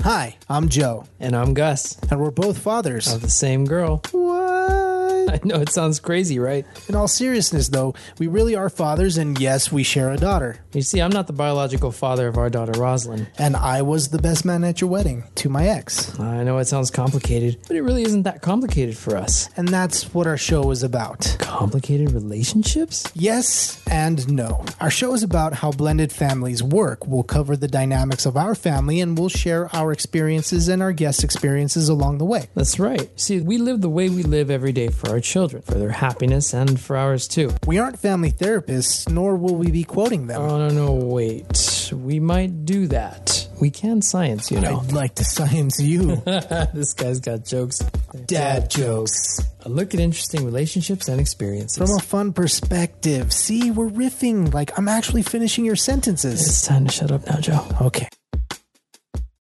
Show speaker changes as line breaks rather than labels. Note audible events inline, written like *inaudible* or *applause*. Hi, I'm Joe,
And I'm Gus
and we're both fathers.
of the same girl. *laughs*
What?
I know it sounds crazy, right?
In all seriousness, though, we really are fathers, and yes, we share a daughter.
You see, I'm not the biological father of our daughter Rosalind.
And I was the best man at your wedding to my ex.
I know it sounds complicated, but it really isn't that complicated for us.
And that's what our show is about.
Complicated relationships?
Yes and no. Our show is about how blended families work. We'll cover the dynamics of our family and we'll share our experiences and our guest experiences along the way.
That's right. See, we live the way we live every day for our children, for their happiness and for ours too.
We aren't family therapists, nor will we be quoting them.
Oh, no, no, wait. We might do that. We can science, you know.
I'd like to science you.
*laughs* this guy's got jokes.
Dad jokes.
A look at interesting relationships and experiences.
From a fun perspective. See, we're riffing. Like, I'm actually finishing your sentences.
it's time to shut up now, Joe.
Okay.